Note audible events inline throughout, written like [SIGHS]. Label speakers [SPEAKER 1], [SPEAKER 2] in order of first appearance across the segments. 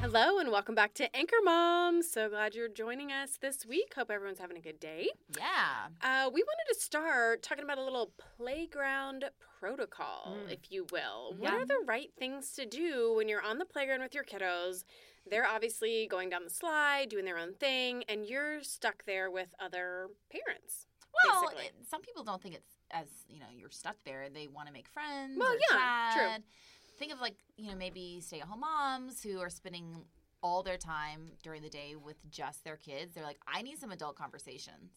[SPEAKER 1] Hello and welcome back to Anchor Mom. So glad you're joining us this week. Hope everyone's having a good day.
[SPEAKER 2] Yeah.
[SPEAKER 1] Uh, we wanted to start talking about a little playground protocol,
[SPEAKER 3] Mm.
[SPEAKER 1] if you will. What
[SPEAKER 2] Yeah.
[SPEAKER 1] are the right things to do when you're on the playground with your kiddos? They're obviously going down the slide, doing their own thing, and you're stuck there with other parents.
[SPEAKER 2] Well,
[SPEAKER 1] basically.
[SPEAKER 2] it, some people don't think it's as, you know, you're stuck there. They want to make friends.
[SPEAKER 1] Well,
[SPEAKER 2] or
[SPEAKER 1] yeah, true.
[SPEAKER 2] chat. Think of like, you know, maybe stay at home moms who are spending all their time during the day with just their kids. They're like, I need some adult conversations.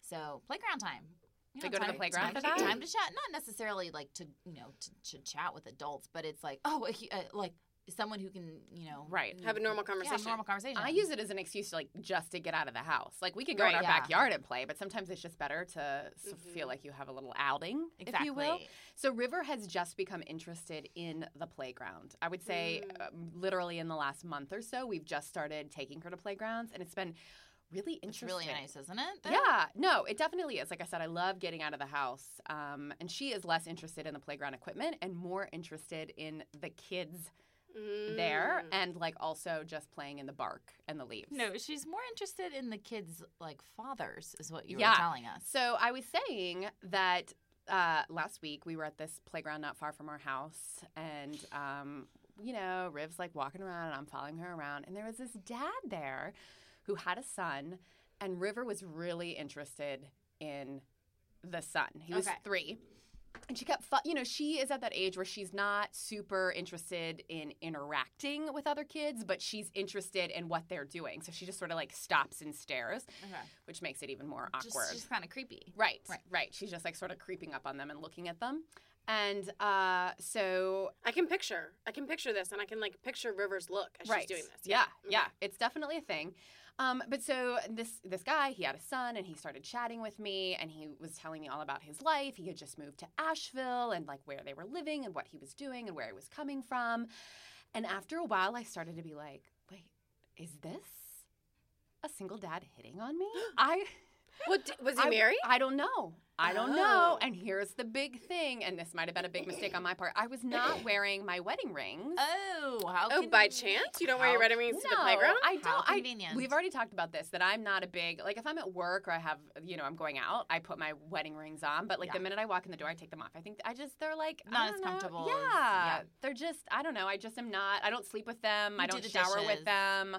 [SPEAKER 2] So, playground time. You
[SPEAKER 3] They go to the
[SPEAKER 2] time-
[SPEAKER 3] playground
[SPEAKER 2] time,
[SPEAKER 3] for that?
[SPEAKER 2] time to chat. Not necessarily like to, you know, to, to chat with adults, but it's like, oh, a- uh, like someone who can, you know,
[SPEAKER 3] Right.
[SPEAKER 1] Have a normal
[SPEAKER 2] Yeah, have
[SPEAKER 1] conversation.
[SPEAKER 2] a normal conversation.
[SPEAKER 3] I use it as an excuse to like just to get out of the house. Like we could go
[SPEAKER 1] Right.
[SPEAKER 3] in our
[SPEAKER 2] Yeah.
[SPEAKER 3] backyard and play, but sometimes it's just better to s feel like you have a little outing, if you will.
[SPEAKER 2] Exactly.
[SPEAKER 3] So River has just become interested in the playground. I would say um, literally in the last month or so, we've just started taking her to playgrounds, and it's been really
[SPEAKER 2] It's
[SPEAKER 3] interesting.
[SPEAKER 2] really nice, isn't it? though?
[SPEAKER 3] Yeah, no, it definitely is. Like I said, I love getting out of the house. Um, and she is less interested in the playground equipment and more interested in the kids there
[SPEAKER 1] Mm.
[SPEAKER 3] and like also just playing in the bark and the leaves.
[SPEAKER 2] No, she's more interested in the kids' like fathers, is what you
[SPEAKER 3] Yeah.
[SPEAKER 2] were telling us.
[SPEAKER 3] So I was saying that uh, last week we were at this playground not far from our house, and um, you know, Riv's like walking around, and I'm following her around, and there was this dad there who had a son, and River was really interested in the son. He was
[SPEAKER 2] Okay.
[SPEAKER 3] three. And she kept, fo- you know, she is at that age where she's not super interested in interacting with other kids, but she's interested in what they're doing. So she just sort of like stops and stares, which makes it even more awkward.
[SPEAKER 2] Just, just kind of creepy.
[SPEAKER 3] Right,
[SPEAKER 2] Right.
[SPEAKER 3] right, She's just like sort of creeping up on them and looking at them. And uh, so,
[SPEAKER 1] I can picture. I can picture this, and I can like picture River's look as
[SPEAKER 3] right,
[SPEAKER 1] she's doing this. Mm-hmm.
[SPEAKER 3] Yeah,
[SPEAKER 1] Okay.
[SPEAKER 3] yeah, it's definitely a thing. Um, but so this this guy, he had a son, and he started chatting with me, and he was telling me all about his life. He had just moved to Asheville, and like where they were living, and what he was doing, and where he was coming from. And after a while, I started to be like, wait, is this a single dad hitting on me?
[SPEAKER 1] [GASPS]
[SPEAKER 3] I
[SPEAKER 1] What d- was he
[SPEAKER 3] I-
[SPEAKER 1] married?
[SPEAKER 3] I don't know. I don't know.
[SPEAKER 1] Oh.
[SPEAKER 3] And here's the big thing, and this might have been a big mistake on my part. I
[SPEAKER 2] [CLEARS THROAT]
[SPEAKER 3] was not wearing my wedding rings.
[SPEAKER 2] Oh, how?
[SPEAKER 1] Oh,
[SPEAKER 2] can
[SPEAKER 1] by
[SPEAKER 2] you-
[SPEAKER 1] chance? You don't wear your
[SPEAKER 2] how-
[SPEAKER 1] wedding rings to the playground?
[SPEAKER 3] I
[SPEAKER 2] How
[SPEAKER 3] don't. I-
[SPEAKER 2] convenient.
[SPEAKER 3] we've already talked about this. That I'm not a big like. If I'm at work or I have, you know, I'm going out, I put my wedding rings on. But like
[SPEAKER 2] Yeah.
[SPEAKER 3] the minute I walk in the door, I take them off. I think I just they're like I
[SPEAKER 2] Not as
[SPEAKER 3] don't know.
[SPEAKER 2] comfortable as-
[SPEAKER 3] Yeah,
[SPEAKER 2] yeah.
[SPEAKER 3] they're just. I don't know. I just am not. I don't sleep with them. I
[SPEAKER 2] You do
[SPEAKER 3] don't
[SPEAKER 2] the
[SPEAKER 3] shower
[SPEAKER 2] dishes.
[SPEAKER 3] with them.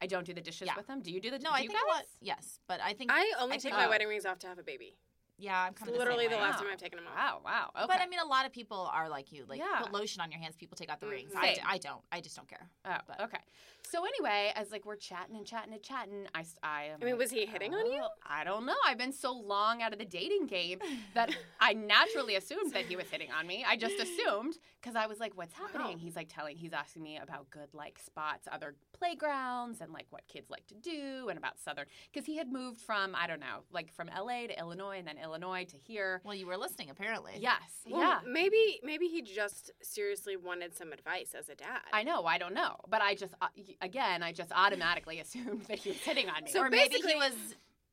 [SPEAKER 3] I don't do the dishes
[SPEAKER 2] Yeah.
[SPEAKER 3] with them. Do you do the?
[SPEAKER 2] No,
[SPEAKER 3] do
[SPEAKER 2] I
[SPEAKER 3] you
[SPEAKER 2] think
[SPEAKER 3] guys?
[SPEAKER 2] I want. Yes, but I think
[SPEAKER 1] I only take
[SPEAKER 2] think-
[SPEAKER 1] my
[SPEAKER 2] oh.
[SPEAKER 1] wedding rings off to have a baby.
[SPEAKER 2] yeah, I'm
[SPEAKER 1] It's
[SPEAKER 2] kind of
[SPEAKER 1] literally the,
[SPEAKER 2] the, same way.
[SPEAKER 1] last
[SPEAKER 3] Wow.
[SPEAKER 1] time I've taken them off.
[SPEAKER 3] Wow! Wow! Okay.
[SPEAKER 2] But I mean, a lot of people are like you. Like,
[SPEAKER 3] Yeah. Mm-hmm.
[SPEAKER 2] put lotion on your hands. People take out the
[SPEAKER 1] Mm,
[SPEAKER 2] rings. I, d-
[SPEAKER 3] same.
[SPEAKER 2] I don't. I just don't care.
[SPEAKER 3] Oh,
[SPEAKER 2] But-
[SPEAKER 3] okay. So anyway, as like we're chatting and chatting and chatting, I, s- I, am
[SPEAKER 1] I mean,
[SPEAKER 3] like,
[SPEAKER 1] was he hitting on you?
[SPEAKER 3] "Oh, I don't know. I've been so long out of the dating game [LAUGHS] that I naturally assumed that he was hitting on me. I just assumed because I was like, "What's happening?" He's like telling, he's asking me about good like spots, other playgrounds, and like what kids like to do, and about Southern because he had moved from I don't know, like from L.A. to Illinois, and then Illinois to here.
[SPEAKER 2] Well, you were listening apparently.
[SPEAKER 3] Yes,
[SPEAKER 1] Well,
[SPEAKER 3] yeah.
[SPEAKER 1] Maybe maybe he just seriously wanted some advice as a dad.
[SPEAKER 3] I know, I don't know, but I just uh, y- again, I just automatically [LAUGHS] assumed that he was hitting on me.
[SPEAKER 1] So
[SPEAKER 2] or maybe he
[SPEAKER 1] basically-
[SPEAKER 2] was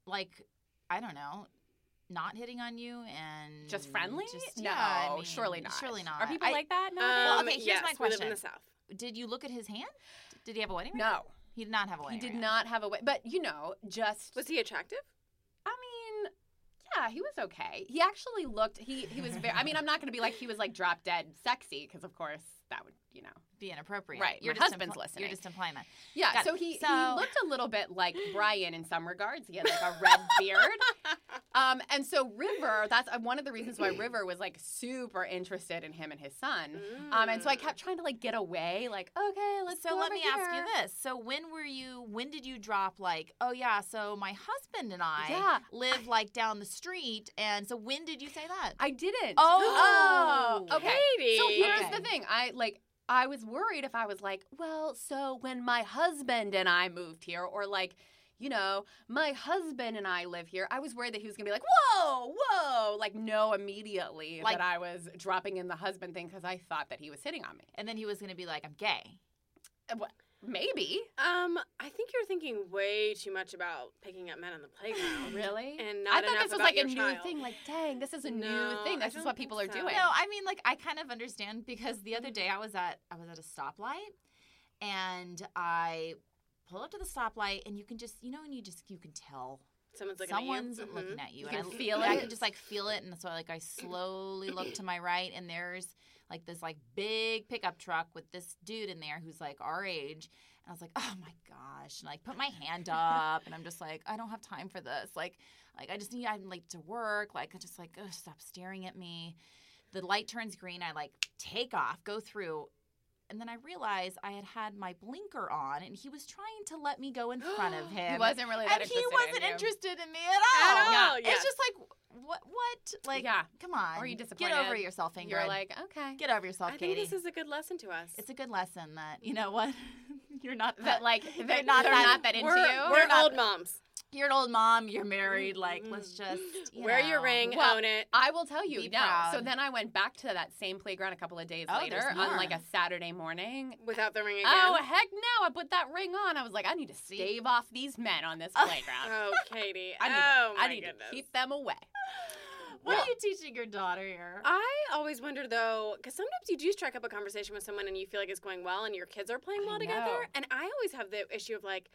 [SPEAKER 2] like, I don't know, not hitting on you and
[SPEAKER 3] just friendly?
[SPEAKER 2] Just,
[SPEAKER 3] no,
[SPEAKER 2] yeah, I mean,
[SPEAKER 3] surely not.
[SPEAKER 2] Surely not.
[SPEAKER 3] Are people
[SPEAKER 2] I-
[SPEAKER 3] like that nowadays?
[SPEAKER 2] well,
[SPEAKER 1] Um,
[SPEAKER 2] okay, here's
[SPEAKER 1] yes,
[SPEAKER 2] my
[SPEAKER 1] We live in
[SPEAKER 2] question.
[SPEAKER 1] the South.
[SPEAKER 2] Did you look at his hand? Did he have a wedding ring?
[SPEAKER 3] no,
[SPEAKER 2] He did not have a
[SPEAKER 3] he
[SPEAKER 2] wedding
[SPEAKER 3] did
[SPEAKER 2] ring.
[SPEAKER 3] not have a way. But you know, just
[SPEAKER 1] Was he attractive?
[SPEAKER 3] I mean, yeah, he was okay. He actually looked. He he was very. I mean, I'm not going to be like he was like drop dead sexy because of course that would you know.
[SPEAKER 2] Be inappropriate.
[SPEAKER 3] Right,
[SPEAKER 2] You're
[SPEAKER 3] my
[SPEAKER 2] just
[SPEAKER 3] husband's listening.
[SPEAKER 2] You're just implying that.
[SPEAKER 3] Yeah,
[SPEAKER 2] Got it.
[SPEAKER 3] so he,
[SPEAKER 2] So- [LAUGHS]
[SPEAKER 3] he looked a little bit like Brian in some regards. He had like a red beard. Um, and so River, that's uh, one of the reasons why River was like super interested in him and his son. Um, and so I
[SPEAKER 1] Mm.
[SPEAKER 3] kept trying to like get away, like, okay, let's
[SPEAKER 2] so
[SPEAKER 3] go
[SPEAKER 2] let
[SPEAKER 3] over
[SPEAKER 2] me ask
[SPEAKER 3] here.
[SPEAKER 2] you this. So when were you when did you drop like, oh yeah, so my husband and I
[SPEAKER 3] Yeah.
[SPEAKER 2] live like down the street and so when did you say that?
[SPEAKER 3] I didn't.
[SPEAKER 2] Oh.
[SPEAKER 3] [GASPS] okay.
[SPEAKER 1] Katie.
[SPEAKER 3] So here's
[SPEAKER 2] Okay.
[SPEAKER 3] the thing. I like I was worried if I was like, well, so when my husband and I moved here, or like, you know, my husband and I live here, I was worried that he was gonna be like, whoa, whoa, like no, immediately
[SPEAKER 2] Like-
[SPEAKER 3] that I was dropping in the husband thing because I thought that he was hitting on me.
[SPEAKER 2] And then he was gonna be like, I'm gay.
[SPEAKER 3] Maybe.
[SPEAKER 1] Um, I think you're thinking way too much about picking up men on the playground.
[SPEAKER 3] [LAUGHS] Really?
[SPEAKER 1] And
[SPEAKER 3] I
[SPEAKER 1] not
[SPEAKER 3] thought
[SPEAKER 1] enough
[SPEAKER 3] this was
[SPEAKER 1] about
[SPEAKER 3] like a
[SPEAKER 1] your
[SPEAKER 3] new
[SPEAKER 1] child.
[SPEAKER 3] thing. Like, dang, this is a
[SPEAKER 1] No,
[SPEAKER 3] new thing.
[SPEAKER 1] I
[SPEAKER 3] This is
[SPEAKER 1] don't
[SPEAKER 3] what
[SPEAKER 1] think
[SPEAKER 3] people are
[SPEAKER 1] so.
[SPEAKER 3] doing.
[SPEAKER 2] No, I mean like I kind of understand because the
[SPEAKER 3] Mm-hmm.
[SPEAKER 2] other day I was at I was at a stoplight and I pulled up to the stoplight and you can just you know and you just you can tell
[SPEAKER 1] Someone's looking
[SPEAKER 2] someone's
[SPEAKER 1] at you. Mhm.
[SPEAKER 2] looking at you.
[SPEAKER 3] You
[SPEAKER 2] and
[SPEAKER 3] can
[SPEAKER 2] I,
[SPEAKER 3] feel
[SPEAKER 2] I
[SPEAKER 3] it.
[SPEAKER 2] can just like feel it, and so like I slowly look to my right, and there's like this like big pickup truck with this dude in there who's like our age. And I was like, oh my gosh, and like put my hand up, and I'm just like, I don't have time for this. Like, like I just need I'm late to work. Like I just like ugh, stop staring at me. The light turns green. I like take off, go through. And then I realized I had had my blinker on, and he was trying to let me go in front
[SPEAKER 3] [GASPS]
[SPEAKER 2] of him
[SPEAKER 3] [GASPS] he wasn't really that
[SPEAKER 2] and he
[SPEAKER 3] interested
[SPEAKER 2] wasn't
[SPEAKER 3] in you.
[SPEAKER 2] interested in me at
[SPEAKER 3] Oh,
[SPEAKER 2] all.
[SPEAKER 1] At all, yeah.
[SPEAKER 2] It's just like what what like
[SPEAKER 3] yeah.
[SPEAKER 2] come on.
[SPEAKER 3] Are you
[SPEAKER 2] Get over
[SPEAKER 3] disappointed?
[SPEAKER 2] yourself, Ingrid.
[SPEAKER 3] You're like, okay.
[SPEAKER 2] get over yourself,
[SPEAKER 1] I think
[SPEAKER 2] Katie.
[SPEAKER 1] this is a good lesson to us.
[SPEAKER 2] it's a good lesson that you know what [LAUGHS] you're not that,
[SPEAKER 3] That like
[SPEAKER 2] They're
[SPEAKER 3] they're
[SPEAKER 2] not
[SPEAKER 3] not,
[SPEAKER 2] that-
[SPEAKER 3] not that into
[SPEAKER 1] we're,
[SPEAKER 3] you.
[SPEAKER 1] We're
[SPEAKER 2] not-
[SPEAKER 1] old moms.
[SPEAKER 2] you're an old mom, you're married, like
[SPEAKER 1] Mhm.
[SPEAKER 2] let's just
[SPEAKER 1] [LAUGHS]
[SPEAKER 2] you
[SPEAKER 1] Wear
[SPEAKER 2] know.
[SPEAKER 1] your ring,
[SPEAKER 3] Well,
[SPEAKER 1] own it.
[SPEAKER 3] I will tell you,
[SPEAKER 2] Be
[SPEAKER 3] no. So
[SPEAKER 2] proud.
[SPEAKER 3] then I went back to that same playground a couple of days
[SPEAKER 2] Oh,
[SPEAKER 3] later
[SPEAKER 2] there's
[SPEAKER 3] on like
[SPEAKER 2] more.
[SPEAKER 3] a Saturday morning.
[SPEAKER 1] Without the ring again.
[SPEAKER 3] Oh, heck no. I put that ring on. I was like, I need to
[SPEAKER 2] See?
[SPEAKER 3] stave off these men on this
[SPEAKER 2] [LAUGHS] Oh.
[SPEAKER 1] [LAUGHS]
[SPEAKER 3] playground.
[SPEAKER 1] Oh, Katie.
[SPEAKER 3] I need,
[SPEAKER 1] oh,
[SPEAKER 3] to,
[SPEAKER 1] my
[SPEAKER 3] I need
[SPEAKER 1] goodness.
[SPEAKER 3] to keep them away.
[SPEAKER 2] What are you teaching your daughter here?
[SPEAKER 1] I always wonder though, because sometimes you do strike up a conversation with someone and you feel like it's going well and your kids are playing
[SPEAKER 3] I
[SPEAKER 1] well together.
[SPEAKER 3] know.
[SPEAKER 1] And I always have the issue of like,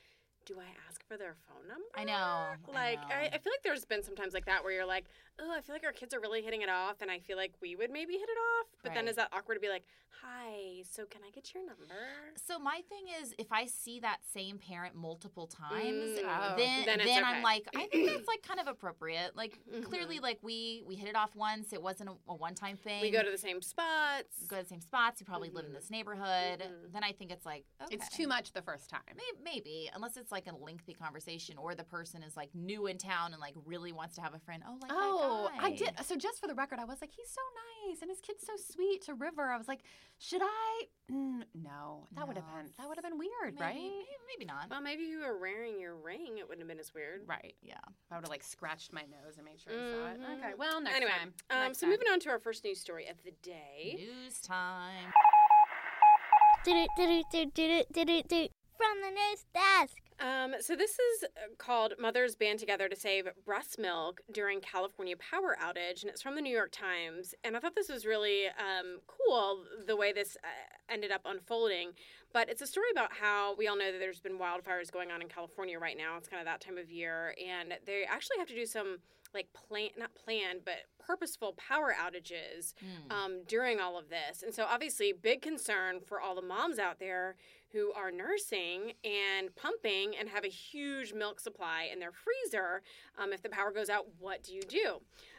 [SPEAKER 1] do I ask for their phone number?
[SPEAKER 2] I know, I
[SPEAKER 1] Like,
[SPEAKER 2] know.
[SPEAKER 1] I, I feel like there's been sometimes like that where you're like, oh, I feel like our kids are really hitting it off and I feel like we would maybe hit it off. But then
[SPEAKER 2] Right.
[SPEAKER 1] is that awkward to be like, hi, so can I get your number?
[SPEAKER 2] so my thing is if I see that same parent multiple times,
[SPEAKER 1] Mm.
[SPEAKER 3] Oh.
[SPEAKER 2] then
[SPEAKER 1] Then
[SPEAKER 2] then,
[SPEAKER 1] it's okay.
[SPEAKER 2] I'm like, I think
[SPEAKER 1] [CLEARS THROAT]
[SPEAKER 2] that's like kind of appropriate. Like
[SPEAKER 1] Mhm.
[SPEAKER 2] clearly, like we we hit it off once. It wasn't a, a one time thing.
[SPEAKER 1] Mm-hmm. We go to the same spots.
[SPEAKER 2] go to the same spots. You probably live in
[SPEAKER 1] Mhm.
[SPEAKER 2] this neighborhood.
[SPEAKER 1] Mhm.
[SPEAKER 2] Then I think it's like okay.
[SPEAKER 3] It's too much the first time.
[SPEAKER 2] Maybe, maybe unless it's like a lengthy conversation or the person is like new in town and like really wants to have a friend. Oh, like
[SPEAKER 3] Oh,
[SPEAKER 2] that guy.
[SPEAKER 3] I did. So just for the record, I was like, he's so nice and his kid's so sweet to River. I was like, should I? Mm, no, that would have
[SPEAKER 2] No.
[SPEAKER 3] been that would have been weird,
[SPEAKER 2] Maybe,
[SPEAKER 3] right?
[SPEAKER 2] Maybe, maybe not.
[SPEAKER 1] Well, maybe if you were wearing your ring. It wouldn't have been as weird.
[SPEAKER 3] Right.
[SPEAKER 2] Yeah.
[SPEAKER 3] I would have like scratched my nose and made sure he saw it.
[SPEAKER 1] Mhm.
[SPEAKER 2] Mm-hmm.
[SPEAKER 3] Okay. Well, next
[SPEAKER 1] anyway,
[SPEAKER 3] time.
[SPEAKER 1] Um,
[SPEAKER 3] Next
[SPEAKER 1] so
[SPEAKER 3] time.
[SPEAKER 1] moving on to our first news story of the day.
[SPEAKER 2] News time.
[SPEAKER 1] Um,
[SPEAKER 4] Do do do do do do do from the news desk.
[SPEAKER 1] Um, so this is uh, called "Mothers Band Together to Save Breast Milk During California Power Outage," and it's from the New York Times. And I thought this was really um, cool the way this uh, ended up unfolding. But it's a story about how we all know that there's been wildfires going on in California right now. It's kind of that time of year, and they actually have to do some like plan, not planned, but purposeful power outages
[SPEAKER 2] Hmm.
[SPEAKER 1] um, during all of this. And so, obviously, big concern for all the moms out there who are nursing and pumping and have a huge milk supply in their freezer. Um, if the power goes out, what do you do?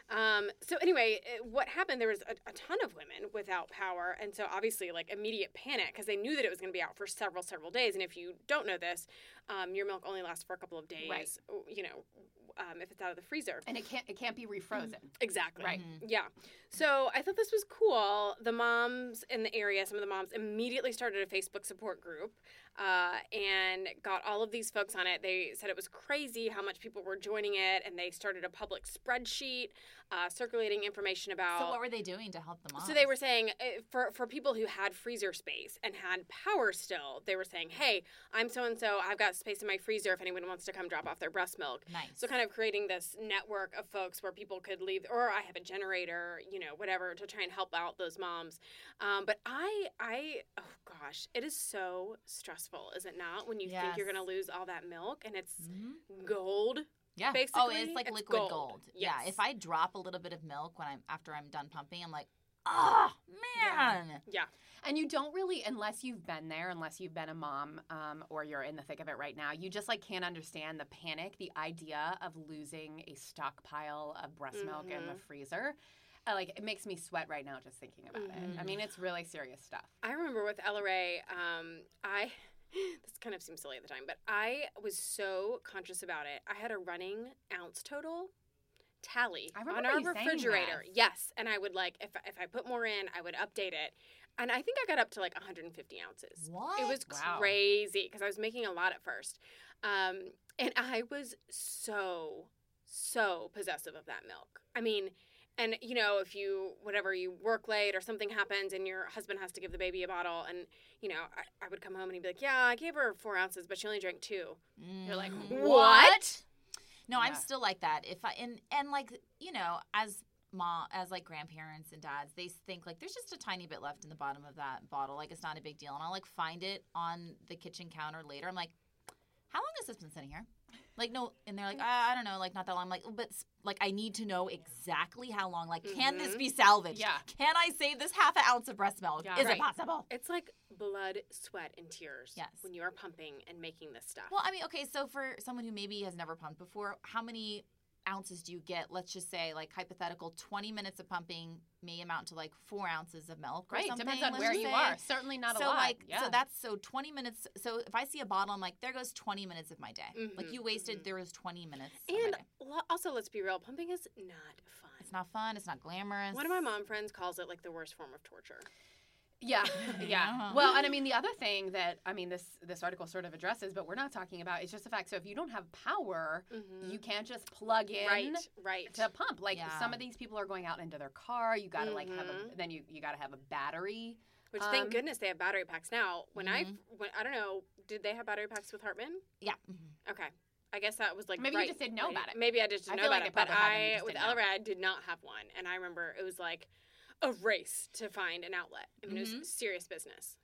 [SPEAKER 1] Um, so, anyway, it- what happened? There was a, a ton of women without power. And so, obviously, like immediate panic because they knew that it was going to be out for several, several days. And if you don't know this, um, your milk only lasts for a couple of days,
[SPEAKER 3] Right.
[SPEAKER 1] you know, um, if it's out of the freezer.
[SPEAKER 3] and it can't it can't be refrozen.
[SPEAKER 1] Exactly.
[SPEAKER 3] Right.
[SPEAKER 2] Mhm.
[SPEAKER 1] Yeah. So I thought this was cool. The moms in the area, some of the moms, immediately started a Facebook support group uh, and got all of these folks on it. They said it was crazy how much people were joining it, and they started a public spreadsheet uh, circulating information about.
[SPEAKER 2] So what were they doing to help them?
[SPEAKER 1] So they were saying uh, for for people who had freezer space and had power still, they were saying, "Hey, I'm so and so. I've got space in my freezer. If anyone wants to come drop off their breast milk,
[SPEAKER 2] nice.
[SPEAKER 1] so kind of creating this network of folks where people could leave, or I have a generator, you know, whatever, to try and help out those moms. Um, but I, I, oh gosh, it is so stressful, is it not? When you think you're
[SPEAKER 2] Yes.
[SPEAKER 1] going to lose all that milk and it's
[SPEAKER 2] Mhm.
[SPEAKER 1] gold.
[SPEAKER 2] Yeah. oh,
[SPEAKER 1] Basically,
[SPEAKER 2] it's like
[SPEAKER 1] it's
[SPEAKER 2] liquid
[SPEAKER 1] gold.
[SPEAKER 2] gold. Yeah.
[SPEAKER 1] Yes.
[SPEAKER 2] If I drop a little bit of milk when I'm after I'm done pumping, I'm like, oh
[SPEAKER 3] Yeah.
[SPEAKER 2] man.
[SPEAKER 1] Yeah.
[SPEAKER 3] And you don't really, unless you've been there, unless you've been a mom um, or you're in the thick of it right now, you just like can't understand the panic, the idea of losing a stockpile of breast milk in
[SPEAKER 2] Mm-hmm.
[SPEAKER 3] the freezer. Uh, like it makes me sweat right now just thinking about it. I
[SPEAKER 2] Mhm.
[SPEAKER 3] mean, it's really serious stuff.
[SPEAKER 1] I remember with Ella Ray, um, I [LAUGHS] this kind of seems silly at the time, but I was so conscious about it. I had a running ounce total tally
[SPEAKER 3] I
[SPEAKER 1] on
[SPEAKER 3] remember
[SPEAKER 1] our
[SPEAKER 3] you saying
[SPEAKER 1] refrigerator.
[SPEAKER 3] this.
[SPEAKER 1] Yes, and I would like if if I put more in, I would update it. And I think I got up to like 150 ounces.
[SPEAKER 2] What?
[SPEAKER 1] It was
[SPEAKER 3] Wow.
[SPEAKER 1] crazy because I was making a lot at first, um, and I was so so possessive of that milk. I mean, and you know, if you whatever you work late or something happens, and your husband has to give the baby a bottle, and you know, I, I would come home and he'd be like, "Yeah, I gave her four ounces, but she only drank two. You're like,
[SPEAKER 2] Mm.
[SPEAKER 1] "What?"
[SPEAKER 2] No, I'm
[SPEAKER 3] Yeah.
[SPEAKER 2] still like that. If I and and like you know, as mom, as like grandparents and dads, they think like there's just a tiny bit left in the bottom of that bottle. Like it's not a big deal, and I'll like find it on the kitchen counter later. I'm like, how long has this been sitting here? Like no, and they're like, ah, I don't know, like not that long. I'm like, but s- like I need to know exactly how long. Like, can this
[SPEAKER 1] Mhm.
[SPEAKER 2] be salvaged?
[SPEAKER 3] Yeah.
[SPEAKER 2] Can I save this half an ounce of breast milk?
[SPEAKER 3] Yeah.
[SPEAKER 2] Is
[SPEAKER 1] Right.
[SPEAKER 2] it possible?
[SPEAKER 1] It's like blood, sweat, and tears
[SPEAKER 2] Yes.
[SPEAKER 1] when you are pumping and making this stuff.
[SPEAKER 2] Well, I mean, okay, so for someone who maybe has never pumped before, how many ounces do you get? Let's just say, like, hypothetical 20 minutes of pumping may amount to like four ounces of milk. Or
[SPEAKER 3] Right,
[SPEAKER 2] something,
[SPEAKER 3] depends on
[SPEAKER 2] let's
[SPEAKER 3] where
[SPEAKER 2] just
[SPEAKER 3] you
[SPEAKER 2] say.
[SPEAKER 3] are. Certainly not
[SPEAKER 2] so
[SPEAKER 3] a lot.
[SPEAKER 2] like
[SPEAKER 3] yeah.
[SPEAKER 2] so that's so 20 minutes so if i see a bottle i'm like there goes 20 minutes of my day like
[SPEAKER 1] Mhm,
[SPEAKER 2] you wasted
[SPEAKER 1] mhm.
[SPEAKER 2] there was 20 minutes of my
[SPEAKER 1] and
[SPEAKER 2] day.
[SPEAKER 1] lo- also, let's be real, pumping is not fun.
[SPEAKER 2] it's not fun it's not glamorous
[SPEAKER 1] One of my mom friends calls it like the worst form of torture.
[SPEAKER 2] [LAUGHS]
[SPEAKER 3] Yeah, yeah.
[SPEAKER 2] Yeah.
[SPEAKER 3] Well, and I mean the other thing that I mean this this article sort of addresses, but we're not talking about is just the fact. So if you don't have power, you
[SPEAKER 2] Mm.
[SPEAKER 3] can't just plug in
[SPEAKER 1] Mm-hmm. right, right.
[SPEAKER 3] to pump. Like
[SPEAKER 2] Yeah.
[SPEAKER 3] some of these people are going out into their car. You gotta like have a
[SPEAKER 1] Mhm.
[SPEAKER 3] then you you gotta have a battery.
[SPEAKER 1] Which thank
[SPEAKER 3] Um, Mm-hmm.
[SPEAKER 1] goodness they have battery packs now. When I
[SPEAKER 2] Mhm.
[SPEAKER 1] when, I don't know, did they have battery packs with Hartman?
[SPEAKER 2] yeah Mhm.
[SPEAKER 1] Okay. I guess that was like
[SPEAKER 3] Maybe you
[SPEAKER 1] right-
[SPEAKER 3] just didn't know
[SPEAKER 1] right-
[SPEAKER 3] about it.
[SPEAKER 1] Maybe I just
[SPEAKER 3] I
[SPEAKER 1] didn't know
[SPEAKER 3] feel
[SPEAKER 1] about
[SPEAKER 3] like
[SPEAKER 1] it.
[SPEAKER 3] it
[SPEAKER 1] But
[SPEAKER 3] probably happened, you
[SPEAKER 1] I
[SPEAKER 3] just
[SPEAKER 1] with
[SPEAKER 3] didn't know.
[SPEAKER 1] Elrad did not have one, and I remember it was like a race to find an outlet. I mean, it
[SPEAKER 3] Mm-hmm.
[SPEAKER 2] Mhm.
[SPEAKER 1] was serious business.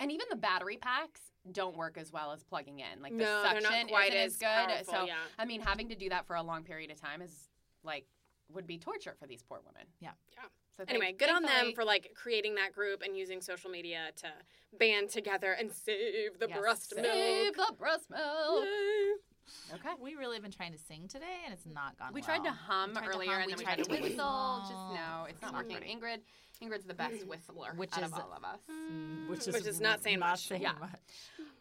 [SPEAKER 3] And even the battery packs don't work as well as plugging in. Like the
[SPEAKER 1] no, they're
[SPEAKER 3] suction
[SPEAKER 1] not quite
[SPEAKER 3] isn't
[SPEAKER 1] as
[SPEAKER 3] as good.
[SPEAKER 1] powerful.
[SPEAKER 3] so
[SPEAKER 1] yeah,
[SPEAKER 3] I mean having to do that for a long period of time is like would be torture for these poor women.
[SPEAKER 2] Yeah.
[SPEAKER 1] Yeah.
[SPEAKER 3] So
[SPEAKER 1] Anyway, good on them for like creating that group and using social media to band together and save the
[SPEAKER 2] Yes.
[SPEAKER 1] breast
[SPEAKER 2] Save
[SPEAKER 1] milk.
[SPEAKER 3] Save the breast milk.
[SPEAKER 1] Yay.
[SPEAKER 3] Okay.
[SPEAKER 2] we really have been trying to sing today and it's not gone
[SPEAKER 3] We tried to
[SPEAKER 2] well.
[SPEAKER 3] hum
[SPEAKER 2] We tried to
[SPEAKER 3] earlier
[SPEAKER 2] hum,
[SPEAKER 3] and
[SPEAKER 2] we
[SPEAKER 3] then we
[SPEAKER 2] tried
[SPEAKER 3] tried to
[SPEAKER 2] to
[SPEAKER 3] whistle. Just
[SPEAKER 2] whistle.
[SPEAKER 3] no, it's not
[SPEAKER 2] Not
[SPEAKER 3] working.
[SPEAKER 2] pretty.
[SPEAKER 3] Ingrid, Ingrid's the best
[SPEAKER 1] Mm.
[SPEAKER 3] whistler,
[SPEAKER 2] Which
[SPEAKER 3] out
[SPEAKER 2] is-
[SPEAKER 3] of all of us.
[SPEAKER 1] Which is, not saying
[SPEAKER 2] not
[SPEAKER 1] much.
[SPEAKER 2] saying
[SPEAKER 3] Yeah.
[SPEAKER 2] much.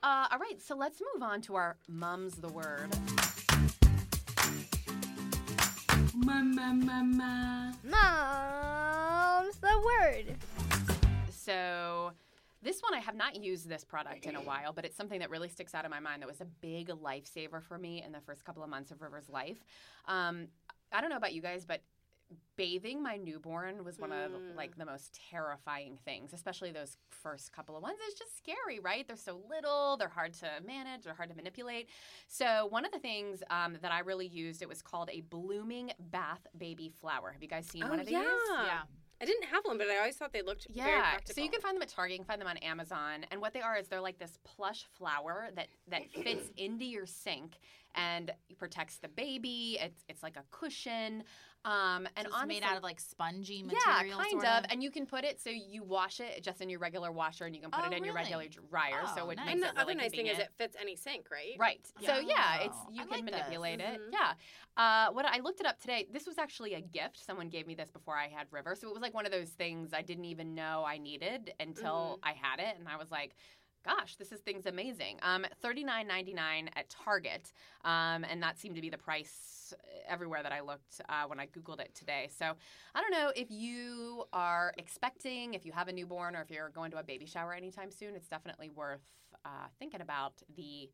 [SPEAKER 3] Uh, all right, so let's move on to our mum's the word.
[SPEAKER 4] Mom's the word.
[SPEAKER 3] So this one I have not used this product in a while, but it's something that really sticks out in my mind. That was a big lifesaver for me in the first couple of months of River's life. Um, I don't know about you guys, but bathing my newborn was one of
[SPEAKER 1] Mm.
[SPEAKER 3] like the most terrifying things, especially those first couple of ones. It's just scary, right? They're so little, they're hard to manage, they're hard to manipulate. So one of the things um, that I really used, it was called a blooming bath baby flower. Have you guys seen
[SPEAKER 1] Oh,
[SPEAKER 3] one of these?
[SPEAKER 1] yeah.
[SPEAKER 2] yeah
[SPEAKER 1] I didn't have one, but I always thought they looked very
[SPEAKER 3] Yeah,
[SPEAKER 1] practical.
[SPEAKER 3] so you can find them at Target, you can find them on Amazon, and what they are is they're like this plush flower that
[SPEAKER 1] [CLEARS THROAT]
[SPEAKER 3] that fits into your sink and protects the baby. It's it's like a cushion, um, and
[SPEAKER 2] So it's
[SPEAKER 3] honestly,
[SPEAKER 2] made out of like spongy material
[SPEAKER 3] yeah, kind
[SPEAKER 2] sort
[SPEAKER 3] of. and you can put it so you wash it just in your regular washer, and you can put
[SPEAKER 2] Oh,
[SPEAKER 3] it in your
[SPEAKER 2] really?
[SPEAKER 3] regular dryer. so
[SPEAKER 2] Oh,
[SPEAKER 3] it
[SPEAKER 2] nice.
[SPEAKER 3] makes
[SPEAKER 1] And the
[SPEAKER 3] it really
[SPEAKER 1] other nice thing is
[SPEAKER 3] convenient.
[SPEAKER 1] it fits any sink, right?
[SPEAKER 3] Right. So yeah,
[SPEAKER 2] Yeah.
[SPEAKER 3] it's you
[SPEAKER 2] I like
[SPEAKER 3] can
[SPEAKER 2] this. Mm-hmm.
[SPEAKER 3] manipulate it.
[SPEAKER 1] Mhm.
[SPEAKER 3] Yeah. Uh, what I looked it up today. This was actually a gift someone gave me this before I had River. So it was like one of those things I didn't even know I needed until
[SPEAKER 2] Mm-hmm.
[SPEAKER 3] I had it, and I was like. Gosh, this is thing's amazing. Um, thirty nine ninety nine at Target, um, and that seemed to be the price everywhere that I looked uh, when I googled it today. So I don't know if you are expecting, if you have a newborn, or if you're going to a baby shower anytime soon. It's definitely worth uh, thinking about the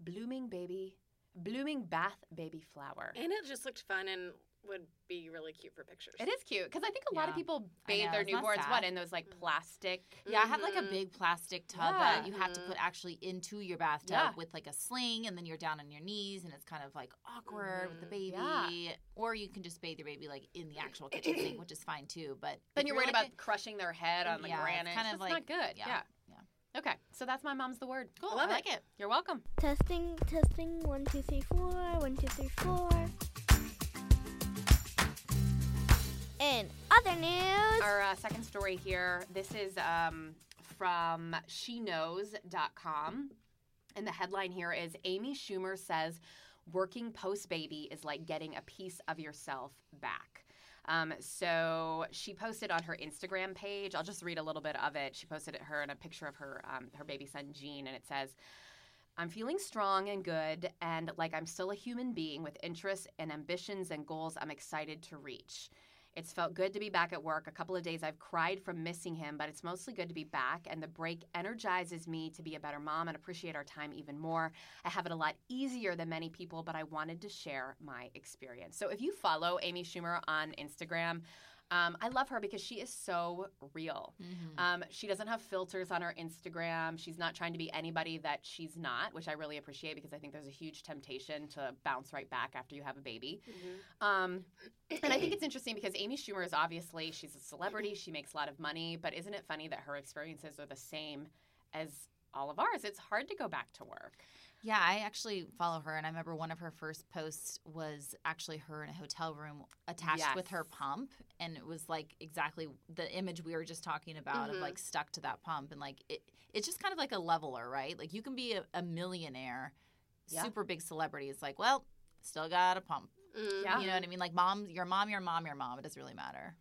[SPEAKER 3] blooming baby, blooming bath baby flower.
[SPEAKER 1] And it just looked fun and would be really cute for pictures.
[SPEAKER 3] It is cute because I think a lot of
[SPEAKER 2] Yeah.
[SPEAKER 3] people
[SPEAKER 2] I
[SPEAKER 3] bathe
[SPEAKER 2] know,
[SPEAKER 3] their
[SPEAKER 2] it's not
[SPEAKER 3] newborns
[SPEAKER 2] sad. Mm-hmm.
[SPEAKER 3] what in those like plastic. Mm-hmm.
[SPEAKER 2] Yeah, I have like a
[SPEAKER 1] Mhm.
[SPEAKER 2] big plastic tub that
[SPEAKER 3] Yeah. Mm-hmm.
[SPEAKER 2] you have to
[SPEAKER 1] Mhm.
[SPEAKER 2] put actually into your bathtub
[SPEAKER 3] Yeah.
[SPEAKER 2] with like a sling, and then you're down on your knees, and it's kind of like awkward with the baby.
[SPEAKER 3] Mm-hmm. Yeah.
[SPEAKER 2] Or you can just bathe your baby like in the actual kitchen sink, which is fine too. But if
[SPEAKER 3] Then you're worried
[SPEAKER 2] like
[SPEAKER 3] about crushing their head on the
[SPEAKER 2] Yeah, it's
[SPEAKER 3] granite.
[SPEAKER 2] kind
[SPEAKER 3] It's
[SPEAKER 2] of
[SPEAKER 3] just not
[SPEAKER 2] like-
[SPEAKER 3] good.
[SPEAKER 2] yeah,
[SPEAKER 3] Yeah.
[SPEAKER 2] yeah.
[SPEAKER 3] Okay, so that's my mom's the word.
[SPEAKER 2] a, cool,
[SPEAKER 1] I love
[SPEAKER 2] I
[SPEAKER 1] it.
[SPEAKER 2] like it.
[SPEAKER 3] You're welcome.
[SPEAKER 4] Testing, testing. One, two, three, four. One, two, three, four. And other news.
[SPEAKER 3] Our uh, second story here. This is um, from sheknows.com. And the headline here is Amy Schumer says working post baby is like getting a piece of yourself back. Um, so she posted on her Instagram page. I'll just read a little bit of it. She posted it her and a picture of her um, her baby son Gene, and it says, "I'm feeling strong and good, and like I'm still a human being with interests and ambitions and goals I'm excited to reach." It's felt good to be back at work. A couple of days I've cried from missing him, but it's mostly good to be back, and the break energizes me to be a better mom and appreciate our time even more. I have it a lot easier than many people, but I wanted to share my experience. So if you follow Amy Schumer on Instagram, um, I love her because she is so real.
[SPEAKER 2] Mhm.
[SPEAKER 3] Um, she doesn't have filters on her Instagram. She's not trying to be anybody that she's not, which I really appreciate because I think there's a huge temptation to bounce right back after you have a baby. Um, and I think it's interesting because Amy Schumer is obviously she's a celebrity, she makes a lot of money, but isn't it funny that her experiences are the same as all of ours? It's hard to go back to work.
[SPEAKER 2] Yeah, I actually follow her, and I remember one of her first posts was actually her in a hotel room attached with her
[SPEAKER 3] Yes.
[SPEAKER 2] pump, and it was like exactly the image we were just talking about
[SPEAKER 1] Mhm.
[SPEAKER 2] of
[SPEAKER 3] Mm-hmm.
[SPEAKER 2] like stuck to that pump, and like it, it's just kind of like a leveler, right? Like you can be a, a millionaire,
[SPEAKER 3] Yeah.
[SPEAKER 2] super big celebrity. It's like, well, still got a pump.
[SPEAKER 1] Mhm.
[SPEAKER 3] Yeah.
[SPEAKER 2] You know what I mean? Like mom, your mom, your mom, your mom. It doesn't really matter.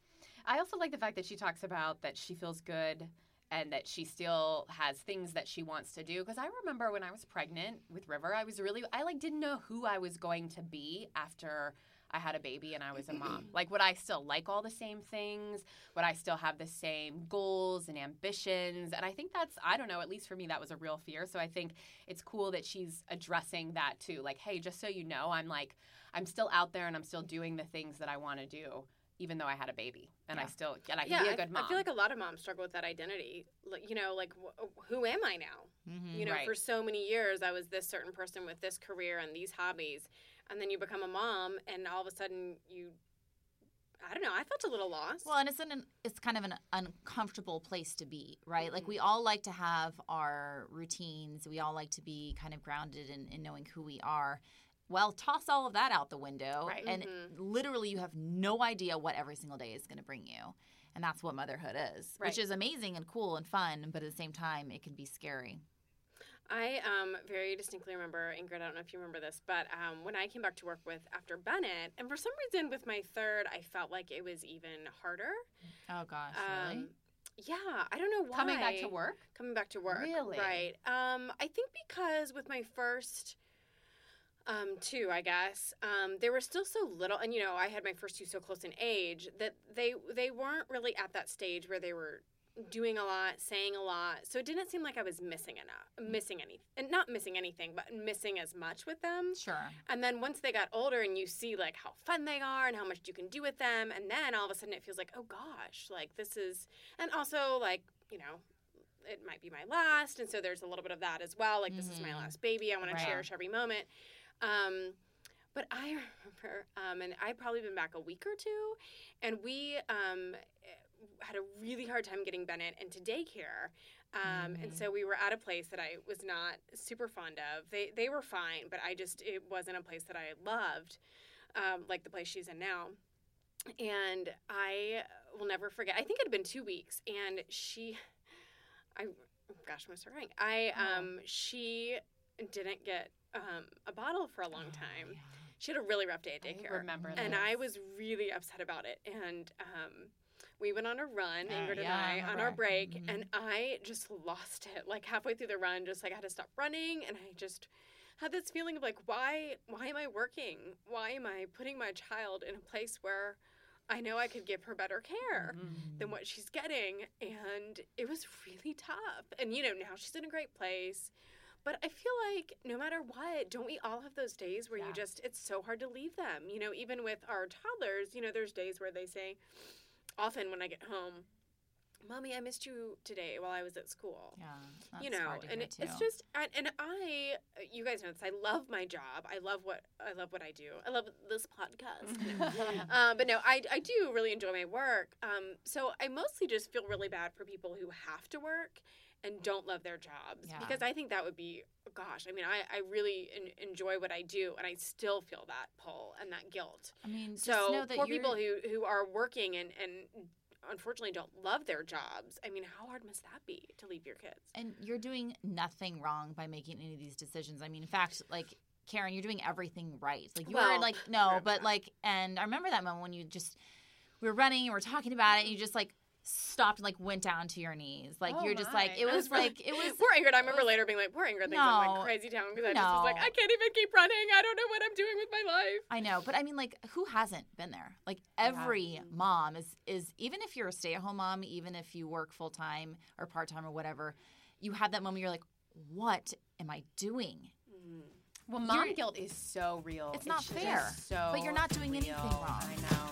[SPEAKER 3] I also like the fact that she talks about that she feels good and that she still has things that she wants to do because I remember when I was pregnant with River, I was really I like didn't know who I was going to be after I had a baby and I was a mom. like would I still like all the same things? Would I still have the same goals and ambitions? And I think that's I don't know, at least for me that was a real fear. So I think it's cool that she's addressing that too. Like, hey, just so you know, I'm like I'm still out there and I'm still doing the things that I want to do even though I had a baby, and I
[SPEAKER 2] Yeah.
[SPEAKER 3] still and I can
[SPEAKER 1] Yeah,
[SPEAKER 3] be
[SPEAKER 1] I-
[SPEAKER 3] a good mom.
[SPEAKER 1] I feel like a lot of moms struggle with that identity. Like, You know, like wh- who am I now?
[SPEAKER 2] Mm-hmm.
[SPEAKER 1] You know,
[SPEAKER 3] Right.
[SPEAKER 1] for so many years, I was this certain person with this career and these hobbies, and then you become a mom, and all of a sudden you, I don't know, I felt a little lost.
[SPEAKER 2] Well, and it's an it's kind of an uncomfortable place to be, right? Like we all like to have our routines. We all like to be kind of grounded in, in knowing who we are. Well, toss all of that out the window,
[SPEAKER 3] Right.
[SPEAKER 2] and
[SPEAKER 1] Mhm.
[SPEAKER 2] literally you have no idea what every single day is going to bring you, and that's what motherhood is,
[SPEAKER 3] Right.
[SPEAKER 2] which is amazing and cool and fun, but at the same time it can be scary.
[SPEAKER 1] I um, very distinctly remember, Ingrid, I don't know if you remember this, but um, when I came back to work with after Bennett, and for some reason with my third, I felt like it was even harder.
[SPEAKER 2] Oh gosh, really?
[SPEAKER 1] Um, yeah, I don't know why.
[SPEAKER 3] coming back to work.
[SPEAKER 1] Coming back to work.
[SPEAKER 3] Really?
[SPEAKER 1] Right. Um, I think because with my first um, two, I guess, um, they were still so little, and you know, I had my first two so close in age that they they weren't really at that stage where they were doing a lot, saying a lot. So it didn't seem like I was missing enough, missing any, and not missing anything, but missing as much with them.
[SPEAKER 2] Sure.
[SPEAKER 1] And then once they got older and you see like how fun they are and how much you can do with them, and then all of a sudden it feels like, oh gosh, like this is, and also like, you know, it might be my last. And so there's a little bit of that as well. Like, this is my
[SPEAKER 2] Mhm.
[SPEAKER 1] last baby. I want
[SPEAKER 2] Right.
[SPEAKER 1] to cherish every moment. Um, but I [LAUGHS] remember, um, and I'd probably been back a week or two, and we um, had a really hard time getting Bennett into daycare. Um, And
[SPEAKER 2] Mhm.
[SPEAKER 1] so we were at a place that I was not super fond of. They they were fine, but I just it wasn't a place that I loved, um, like the place she's in now. And I will never forget. I think it had been two weeks, and she, I, oh gosh, I'm so crying. I
[SPEAKER 2] Oh.
[SPEAKER 1] um she didn't get um a bottle for a long
[SPEAKER 2] Oh,
[SPEAKER 1] time.
[SPEAKER 2] yeah.
[SPEAKER 1] She had a really rough day at
[SPEAKER 3] I
[SPEAKER 1] daycare.
[SPEAKER 3] remember
[SPEAKER 1] And
[SPEAKER 3] this.
[SPEAKER 1] I was really upset about it. And um, we went on a run,
[SPEAKER 2] Oh,
[SPEAKER 1] Ingrid
[SPEAKER 2] yeah, I
[SPEAKER 1] and I, on our
[SPEAKER 2] remember.
[SPEAKER 1] break.
[SPEAKER 2] Mhm.
[SPEAKER 1] And I just lost it. Like halfway through the run, just like I had to stop running. And I just had this feeling of like, why, why am I working? Why am I putting my child in a place where I know I could give her better care?
[SPEAKER 3] Mm-hmm.
[SPEAKER 1] than what she's getting. And it was really tough. And, you know, now she's in a great place. But I feel like no matter what, don't we all have those days where
[SPEAKER 3] Yeah.
[SPEAKER 1] you just, it's so hard to leave them? You know, even with our toddlers, you know, there's days where they say, often when I get home, Mommy, I missed you today while I was at school
[SPEAKER 2] Yeah, that's
[SPEAKER 1] you know,
[SPEAKER 2] hard to
[SPEAKER 1] and
[SPEAKER 2] hear,
[SPEAKER 1] it- it's
[SPEAKER 2] too.
[SPEAKER 1] just, and, and I, you guys know this. I love my job. I love what I love what I do. I love this podcast.
[SPEAKER 2] [LAUGHS]
[SPEAKER 3] [LAUGHS]
[SPEAKER 1] No. uh, but no, I I do really enjoy my work. Um, so I mostly just feel really bad for people who have to work and don't love their jobs
[SPEAKER 2] Yeah.
[SPEAKER 1] because I think that would be gosh I mean I I really en- enjoy what I do and I still feel that pull and that guilt
[SPEAKER 2] I mean, just
[SPEAKER 1] so
[SPEAKER 2] know that
[SPEAKER 1] poor
[SPEAKER 2] you're-
[SPEAKER 1] people who who are working and and unfortunately don't love their jobs I mean how hard must that be to leave your kids
[SPEAKER 2] And you're doing nothing wrong by making any of these decisions. I mean, in fact, like Karen, you're doing everything right. Like you
[SPEAKER 1] Well,
[SPEAKER 2] were like
[SPEAKER 1] I
[SPEAKER 2] no,
[SPEAKER 1] don't
[SPEAKER 2] but
[SPEAKER 1] know.
[SPEAKER 2] like and I remember that moment when you just we were running and we are talking about it and you just like stopped and like went down to your knees. Like
[SPEAKER 3] Oh,
[SPEAKER 2] you're just
[SPEAKER 3] my.
[SPEAKER 2] like it
[SPEAKER 1] I
[SPEAKER 2] was
[SPEAKER 1] really-
[SPEAKER 2] like it was
[SPEAKER 1] We're angered. I remember
[SPEAKER 2] was-
[SPEAKER 1] later being like, we're angered. Things I'm
[SPEAKER 2] No.
[SPEAKER 1] like crazy town because I just was like,
[SPEAKER 2] No.
[SPEAKER 1] I can't even keep running. I don't know what I'm doing with my life.
[SPEAKER 2] [LAUGHS] I know, but I mean, like, who hasn't been there? Like, every mom is is even if you're a stay at home mom, even if you work full time or part time or whatever, you have that moment. You're like, what am I doing?
[SPEAKER 3] Well, mom
[SPEAKER 2] You're-
[SPEAKER 3] guilt is so real.
[SPEAKER 2] It's not
[SPEAKER 3] just
[SPEAKER 2] fair,
[SPEAKER 3] So
[SPEAKER 2] but you're not doing anything
[SPEAKER 3] real.
[SPEAKER 2] wrong.
[SPEAKER 3] I know.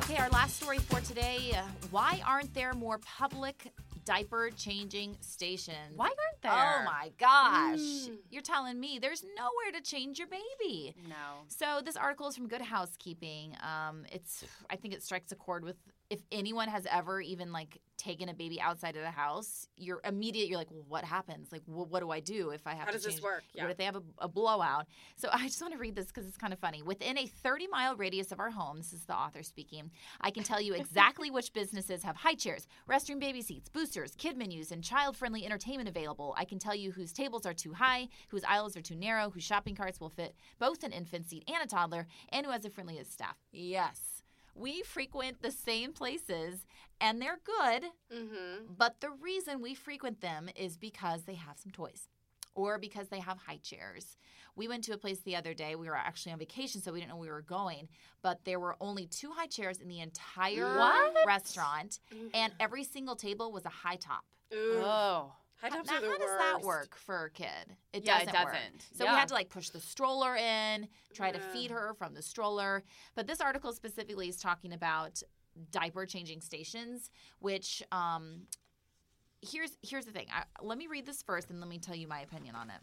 [SPEAKER 2] Okay, our last story for today: uh, Why aren't there more public diaper changing stations?
[SPEAKER 3] Why aren't there?
[SPEAKER 2] Oh my gosh!
[SPEAKER 1] Mm.
[SPEAKER 2] You're telling me there's nowhere to change your baby.
[SPEAKER 3] No.
[SPEAKER 2] So this article is from Good Housekeeping. Um, it's I think it strikes a chord with if anyone has ever even like taken a baby outside of the house, you're immediate. You're like, well, what happens? Like, wh- what do I do if I have
[SPEAKER 1] How
[SPEAKER 2] to
[SPEAKER 1] does this
[SPEAKER 2] change-
[SPEAKER 1] work?
[SPEAKER 2] What
[SPEAKER 1] Yeah.
[SPEAKER 2] if they have a, a blowout? So I just want to read this because it's kind of funny. Within a 30 mile radius of our home, this is the author speaking, I can tell you exactly which businesses have high chairs, restroom baby seats, boosters, kid menus, and child friendly entertainment available. I can tell you whose tables are too high, whose aisles are too narrow, whose shopping carts will fit both an infant seat and a toddler, and who has the friendliest staff. Yes. We frequent the same places and they're good,
[SPEAKER 1] Mm-hmm.
[SPEAKER 2] but the reason we frequent them is because they have some toys or because they have high chairs. We went to a place the other day. We were actually on vacation, so we didn't know we were going, but there were only two high chairs in the entire
[SPEAKER 3] What?
[SPEAKER 2] restaurant, and every single table was a high top.
[SPEAKER 3] Oh.
[SPEAKER 1] High
[SPEAKER 2] How,
[SPEAKER 1] tops
[SPEAKER 2] now,
[SPEAKER 1] are the
[SPEAKER 2] how does that
[SPEAKER 1] worst.
[SPEAKER 2] work for a kid? It
[SPEAKER 3] Yeah, it
[SPEAKER 2] doesn't. work.
[SPEAKER 3] doesn't.
[SPEAKER 2] So
[SPEAKER 3] Yeah.
[SPEAKER 2] we had to like push the stroller in, try to
[SPEAKER 1] Yeah.
[SPEAKER 2] feed her from the stroller. But this article specifically is talking about diaper changing stations, which um, here's here's the thing. I, let me read this first, and let me tell you my opinion on it.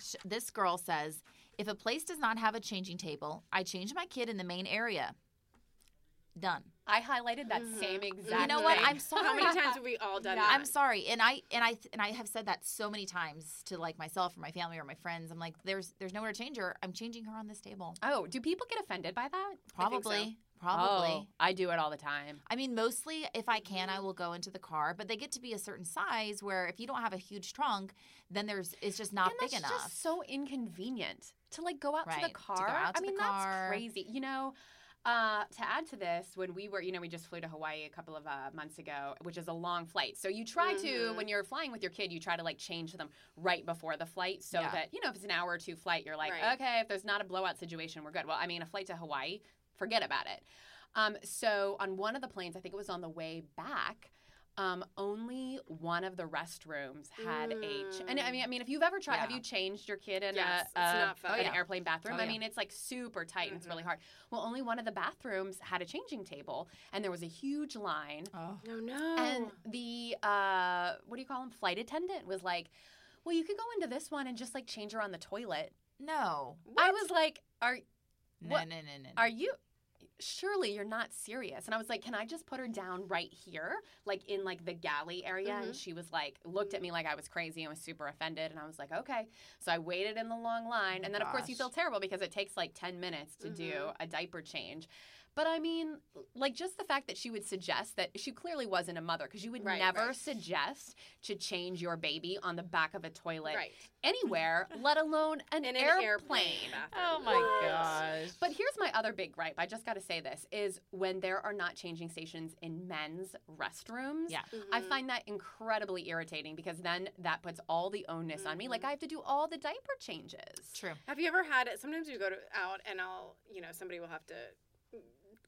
[SPEAKER 2] Sh- This girl says, "If a place does not have a changing table, I change my kid in the main area." Done.
[SPEAKER 3] I highlighted that same exact.
[SPEAKER 2] You know what?
[SPEAKER 3] thing.
[SPEAKER 2] I'm sorry.
[SPEAKER 1] Mm-hmm. [LAUGHS]
[SPEAKER 3] [LAUGHS]
[SPEAKER 1] How many times have we all done that?
[SPEAKER 2] I'm sorry, and I and I and I have said that so many times to like myself or my family or my friends. I'm like, there's there's nowhere to change her. I'm changing her on this table.
[SPEAKER 3] Oh, do people get offended by that?
[SPEAKER 1] think so.
[SPEAKER 2] Probably, probably.
[SPEAKER 3] Oh, I do it all the time.
[SPEAKER 2] I mean, mostly if I can, I will go into the car. But they get to be a certain size where if you don't have a huge trunk, then there's it's just not
[SPEAKER 3] and
[SPEAKER 2] big
[SPEAKER 3] that's
[SPEAKER 2] enough.
[SPEAKER 3] just so inconvenient to like go out to the
[SPEAKER 2] Right, to go
[SPEAKER 3] car.
[SPEAKER 2] out to
[SPEAKER 3] I
[SPEAKER 2] the
[SPEAKER 3] mean,
[SPEAKER 2] car.
[SPEAKER 3] that's crazy. You know, uh, to add to this, when we were, you know, we just flew to Hawaii a couple of uh, months ago, which is a long flight. So you try to,
[SPEAKER 2] Mm-hmm.
[SPEAKER 1] Mhm.
[SPEAKER 3] when you're flying with your kid, you try to like change them right before the flight so
[SPEAKER 2] Yeah.
[SPEAKER 3] that, you know, if it's an hour or two flight, you're like,
[SPEAKER 1] Right.
[SPEAKER 3] okay, if there's not a blowout situation, we're good. Well, I mean, a flight to Hawaii, forget about it. Um, so on one of the planes, I think it was on the way back. Um, only one of the restrooms had a, ch- and I mean, I mean, if you've ever tried, have
[SPEAKER 2] Yeah.
[SPEAKER 3] you changed your kid in
[SPEAKER 1] Yes, it's
[SPEAKER 3] a, a-
[SPEAKER 1] not fun.
[SPEAKER 3] an
[SPEAKER 2] Yeah.
[SPEAKER 3] airplane bathroom?
[SPEAKER 2] Oh,
[SPEAKER 3] I
[SPEAKER 2] yeah.
[SPEAKER 3] mean, it's like super tight and it's really hard. Well, only one of the bathrooms had a changing table, and there was a huge line.
[SPEAKER 2] oh.
[SPEAKER 1] No, no.
[SPEAKER 3] And the uh, what do you call him? Flight attendant was like, "Well, you could go into this one and just like change her on the toilet."
[SPEAKER 2] No.
[SPEAKER 3] I was like, "Are
[SPEAKER 2] No,
[SPEAKER 3] What
[SPEAKER 2] no, no, no.
[SPEAKER 3] are you surely you're not serious and i was like can i just put her down right here like in like the galley area
[SPEAKER 1] Mm-hmm.
[SPEAKER 3] and she was like looked at me like i was crazy and was super offended and i was like okay so i waited in the long
[SPEAKER 1] Oh
[SPEAKER 3] line
[SPEAKER 2] my
[SPEAKER 3] and then of course you
[SPEAKER 2] gosh.
[SPEAKER 3] feel terrible because it takes like 10 minutes to do
[SPEAKER 1] Mm-hmm.
[SPEAKER 3] a diaper change but i mean like just the fact that she would suggest that she clearly wasn't a mother because you would
[SPEAKER 1] Right,
[SPEAKER 3] never
[SPEAKER 1] right.
[SPEAKER 3] suggest to change your baby on the back of a toilet
[SPEAKER 1] right. [LAUGHS]
[SPEAKER 3] anywhere let alone an,
[SPEAKER 1] In an
[SPEAKER 3] airplane. Oh
[SPEAKER 1] airplane. bathroom. What?
[SPEAKER 2] gosh.
[SPEAKER 3] But here's my other big gripe. I just got to say this is when there are not changing stations in men's restrooms.
[SPEAKER 2] Yeah.
[SPEAKER 3] I
[SPEAKER 1] Mm-hmm. Mm.
[SPEAKER 3] find that incredibly irritating because then that puts all the onus on me.
[SPEAKER 1] Mm.
[SPEAKER 3] Like I have to do all the diaper changes.
[SPEAKER 2] True.
[SPEAKER 1] Have you ever had it? Sometimes you go to, out and I'll, you know, somebody will have to